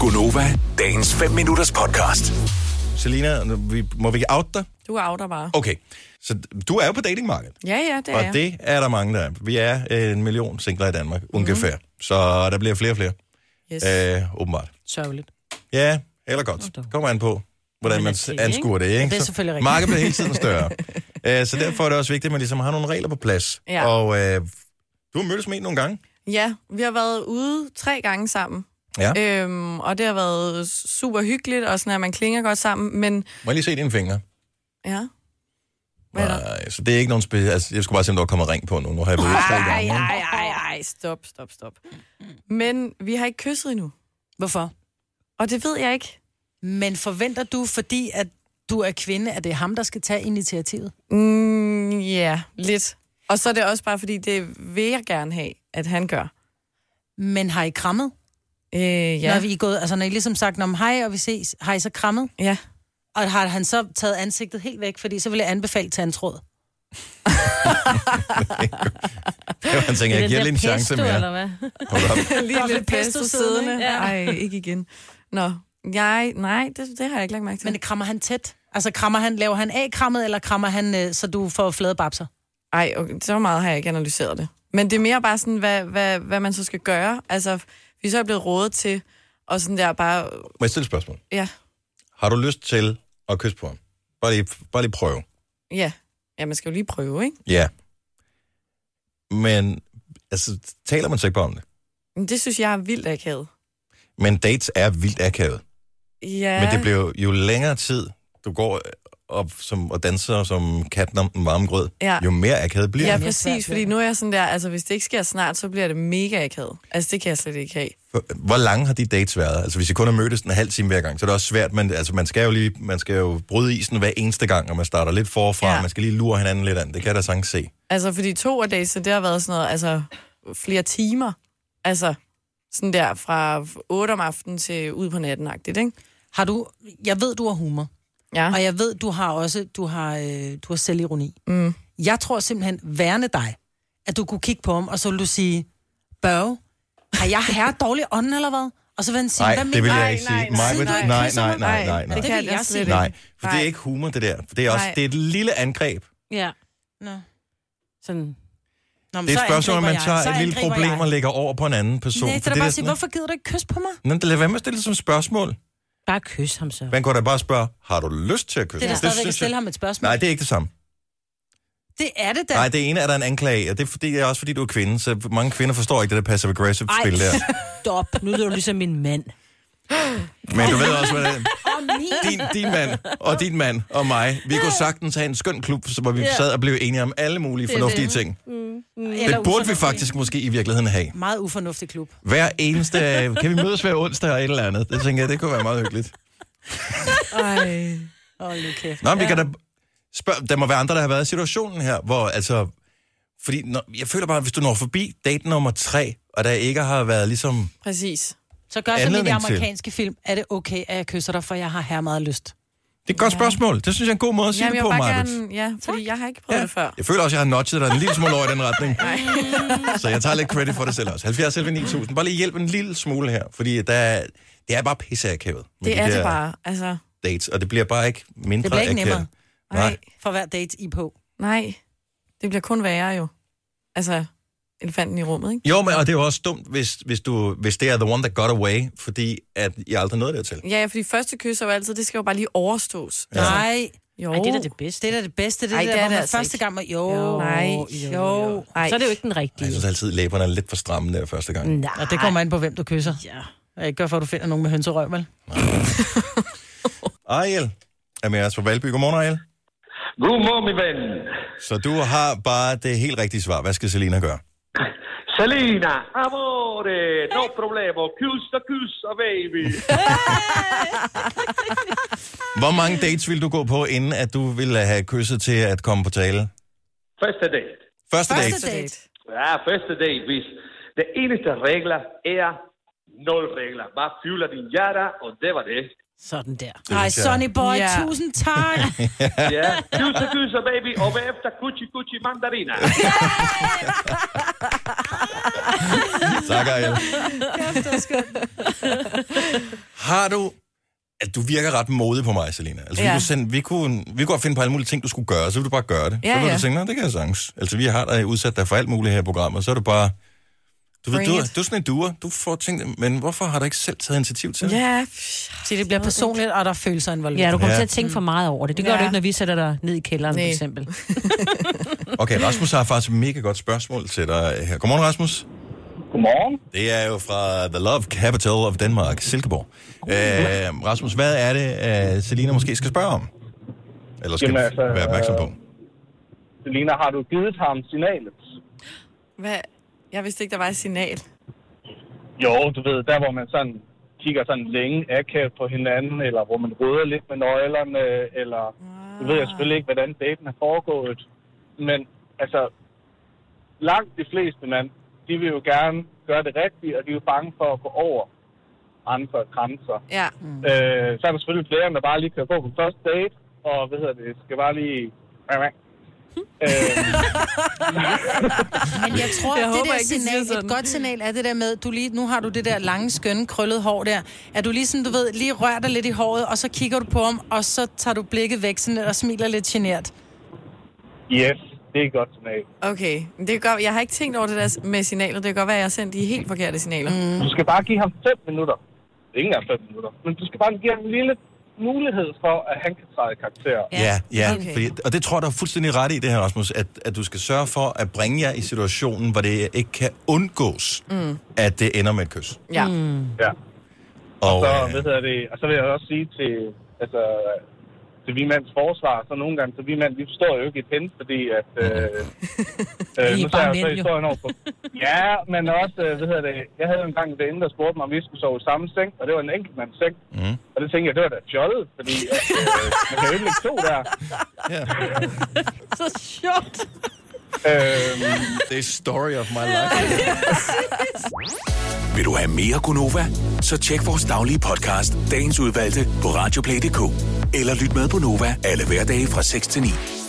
Gunova, dagens 5 minutters podcast. Selina, nu- vi, må vi ikke out dig? Du er outer bare. Okay, så du er jo på datingmarkedet. Ja, ja, det er Og jeg. det er der mange, der er. Vi er øh, en million singler i Danmark, ungefær. Så der bliver flere og flere, Mhm. Yes. øh, åbenbart. Sørgeligt. Ja, eller godt. Kommer an på, hvordan man det, anskuer det. Ikke? det er Så selvfølgelig rigtigt. Markedet bliver hele tiden større. Øh, så derfor er det også vigtigt, at man ligesom har nogle regler på plads. Ja. Og øh, du har mødtes med en nogle gange. Ja, vi har været ude tre gange sammen. Ja. Øh. Øhm, og det har været super hyggeligt, og sådan at man klinger godt sammen, men Må jeg lige se dine fingre? ja. Hvad er der? Nej, så det er ikke nogen spil. Altså, jeg skulle bare se, om der var kommet ring på nu. Nu har jeg været ude tre gange. Ej, ikke? ej, ej, ej, stop, stop, stop. Men vi har ikke kysset endnu, Hvorfor? og det ved jeg ikke. Men forventer du, fordi at du er kvinde, at det er ham, der skal tage initiativet? Mm, ja, lidt. Og så er det også bare, fordi det vil jeg gerne have, at han gør. Men har I krammet? Øh, Ja. ja. Når, vi er gået, altså, når I ligesom sagt, om hej, og vi ses, har I så krammet? ja. Og har han så taget ansigtet helt væk, fordi så vil jeg anbefale tandtråd. Han tænker, jeg giver lige en chance mere. eller hvad? Hold op. Lige lidt pesto pesto siddende. siddende. Ja. Ej, ikke igen. Nå, jeg, nej, det, det har jeg ikke lagt mærke til. Men det krammer han tæt? Altså krammer han, laver han af krammet, eller krammer han, øh, så du får flade babser? Ej, okay, så meget har jeg ikke analyseret det. Men det er mere bare sådan, hvad, hvad, hvad man så skal gøre. Altså, vi så er blevet rådet til, og sådan der bare, Må jeg stille et spørgsmål? ja, Har du lyst til at kysse på ham? Bare lige, bare lige prøve. ja. Ja, man skal jo lige prøve, ikke? Ja. Men, altså, taler man så ikke bare om det? Men det synes jeg er vildt akavet. Men dates er vildt akavet. Ja, Ja. Men det bliver jo, jo længere tid, du går øh, op som, og danser som katten om den varme grød, Ja. jo mere akavet bliver ja, det. præcis, fordi nu er jeg sådan der, altså hvis det ikke sker snart, så bliver det mega akavet. Altså, det kan jeg slet ikke have. Hvor lange har de dates været? Altså, hvis I kun har mødtes en halv time hver gang, så er det også svært, men altså, man skal jo lige, man skal jo bryde isen hver eneste gang, og man starter lidt forfra, ja. Ja. man skal lige lure hinanden lidt an. Det kan jeg da sagtens se. Altså, fordi to af dates, så det har været sådan noget, altså flere timer. Altså, sådan der fra 8 om aftenen til ud på natten, ikke? Har du, jeg ved, du har humor. Ah. Ja. Og jeg ved, du har også, du har, øh, du har selvironi. Mm. Jeg tror simpelthen, værende dig, at du kunne kigge på ham, og så ville du sige, Børge, har jeg herre dårlig ånd eller hvad? Og så vil han sige, Nej, hvad det mener vil du?" jeg ikke sige. nej, Maj-Brit, nej, nej, kysser nej, mig. nej, nej, Nej, nej. det Det kan vil jeg jeg slet sige. ikke. Nej, for det er Nej. ikke humor, det der. For det er også Nej. det er et lille angreb. Ja. Nå. Sådan. Nå, men Det er så et spørgsmål, om angriber man tager jeg. Så et lille angriber problem jeg. og lægger over på en anden person. Nej, det er For da bare sådan at sige, noget- hvorfor gider du ikke kysse på mig? Nå, det lader være med at stille det som spørgsmål. Bare kys ham så. Man kan da bare spørge, har du lyst til at Det kysse? er da mig? stadigvæk at synes stille jeg- ham et spørgsmål. Nej, det er ikke det samme. Det er det da. Nej, det ene er der en anklage af, og det er, fordi, det er også fordi, du er kvinde, så mange kvinder forstår ikke det der passive-aggressive spil der. stop. Nu er du ligesom min mand. Men du ved også, hvad det er. Og min. Din, din mand og din mand og mig, vi kunne sagtens have en skøn klub, så hvor vi sad og blev enige om alle mulige fornuftige ting. Eller Det burde vi ufornuftig. faktisk måske i virkeligheden have. Meget ufornuftig klub. Hver eneste... øh, Kan vi mødes hver onsdag og et eller andet? Det tænker jeg, det kunne være meget hyggeligt. Ej. Hold nu kæft. Nå, men vi kan da spørge, der må være andre, der har været i situationen her, hvor altså... Fordi når, jeg føler bare, at hvis du når forbi date nummer tre, og der ikke har været ligesom... Præcis. Så gør som i de Anledning til. amerikanske film. Er det okay, at jeg kysser dig, for jeg har her meget lyst? Det er et godt spørgsmål. Det synes jeg er en god måde at sige Jamen, det jeg på, vil bare Marcus. gerne, ja, fordi jeg har ikke prøvet ja. det før. Jeg føler også, at jeg har notchet dig en lille smule over i den retning. Så jeg tager lidt credit for det selv også. 70 selv 9000. Bare lige hjælp en lille smule her, fordi der, er- det er bare pisseakavet. med Det de er der det bare, altså. Dates, og det bliver bare ikke mindre Det bliver ikke akavet. nemmere. Nej. Nej, For hver date, I er på. nej. Det bliver kun værre jo. Altså, elefanten i rummet, ikke? Jo, men og det er jo også dumt, hvis, hvis, du, hvis det er the one that got away, fordi at jeg aldrig nåede dertil. Ja, ja, fordi første kys er jo altid, det skal jo bare lige overstås. Ja. Nej, Jo. Ej, det er da det bedste. det er da det bedste. Det er Ej, det, det er der, hvor det man altså første ikke. gang... Man... Jo, Jo. Nej. jo, Jo. jo. Ej. Så er det jo ikke den Jeg rigtige. synes altid, læberne er lidt for stramme der første gang. Mm. Nej. Og det kommer an på, hvem du kysser. Ja. Jeg er ikke gør for, at du finder nogen med hønserøv, vel? Ariel er med os fra Valby. Godmorgen, Ariel. Godmorgen, min ven. Så du har bare det helt rigtige svar. Hvad skal Selina gøre? Selina, amore, no problemo, kyssa, kyssa, baby. Hvor mange dates vil du gå på, inden at du ville have kysset til at komme på tale? Første date. Første, Første date. date. Ja, første date, hvis det eneste regler er nul regler. Bare fylder din hjerte, og det var det. Sådan der. Ej, synes jeg. Sonny Boy, Ja. tusind tak. Ja, kyssa, kyssa, baby, og bagefter kuchi, kuchi, mandarina. Tak, Ariel. Har du... At du virker ret modig på mig, Selina. Altså, ja. vi, Ja. kunne sende, vi, kunne, vi kunne godt finde på alle mulige ting, du skulle gøre, så ville du bare gøre det. Ja, så ville ja. du tænke, "Nå, det kan jeg sagtens. Altså, vi har dig udsat dig for alt muligt her i programmet, så er du bare... Du, ved, Bring du, er- it. du er sådan en duer. Du får ting, men hvorfor har du ikke selv taget initiativ til det? Ja, Så det bliver personligt, og der er følelser involveret. Ja, du kommer ja. Ja. til at tænke for meget over det. Det gør Ja. ja. du ikke, når vi sætter dig ned i kælderen, Nej. for eksempel. Okay, Rasmus har faktisk et mega godt spørgsmål til dig her. Godmorgen, Rasmus. Godmorgen. Det er jo fra The Love Capital of Denmark, Silkeborg. Øh, Rasmus, hvad er det, øh, Selina måske skal spørge om? Eller skal Jamen, Jamen, altså, være opmærksom på? Selina, har du givet ham signalet? hvad? Jeg vidste ikke, der var et signal. Jo, du ved, der hvor man sådan kigger sådan længe akavet på hinanden, eller hvor man røder lidt med nøglerne, eller nu ved jeg selvfølgelig ikke, hvordan daten er foregået. Men altså, langt de fleste mand, de vil jo gerne gøre det rigtigt, og de er jo bange for at gå over andre grænser. Ja. Øh, så er der selvfølgelig flere, der bare lige kører på på første date, og hvad hedder det, skal bare lige... Øh, Men jeg tror, jeg det håber der ikke, de siger signal, sådan. et godt signal er det der med, du lige, nu har du det der lange, skønne, krøllede hår der. Er du lige sådan, du ved, lige rører dig lidt i håret, og så kigger du på ham, og så tager du blikket væk sådan, lidt og smiler lidt genert. yes, det er et godt signal. Okay, men det kan godt, jeg har ikke tænkt over det der med signaler. Det kan godt være, at jeg har sendt de helt forkerte signaler. Mm. Du skal bare give ham 5 minutter. Ikke engang 5 minutter. Men du skal bare give ham en lille mulighed for, at han kan træde i karakter. Ja. Ja, ja. Okay. Okay. Fordi, og det tror jeg, du er fuldstændig ret i det her, Rasmus, at, at du skal sørge for at bringe jer i situationen, hvor det ikke kan undgås, mm. at det ender med et kys. Ja. Mm. ja. Og, Så, øh, hvad hedder det, og så vil jeg også sige til, altså, til vi mands forsvar, så nogle gange, så vi mænd, vi forstår jo ikke et hen, fordi at... Øh, øh, Vi nu er tager bare jeg jo så mænd, jo. historien over på. Ja, men også, øh, hvad hedder det, jeg havde jo engang en veninde, der spurgte mig, om vi skulle sove i samme seng, og det var en enkeltmandsseng. Mm. Og det tænkte jeg, det var da fjollet, fordi at, øh, man kan jo ikke lægge to der. ja. Så sjovt. Øh, Det er story of my life. Vil du have mere Gunova? Så tjek vores daglige podcast, dagens udvalgte, på radioplay.dk. Eller lyt med på Nova alle hverdage fra 6 til 9.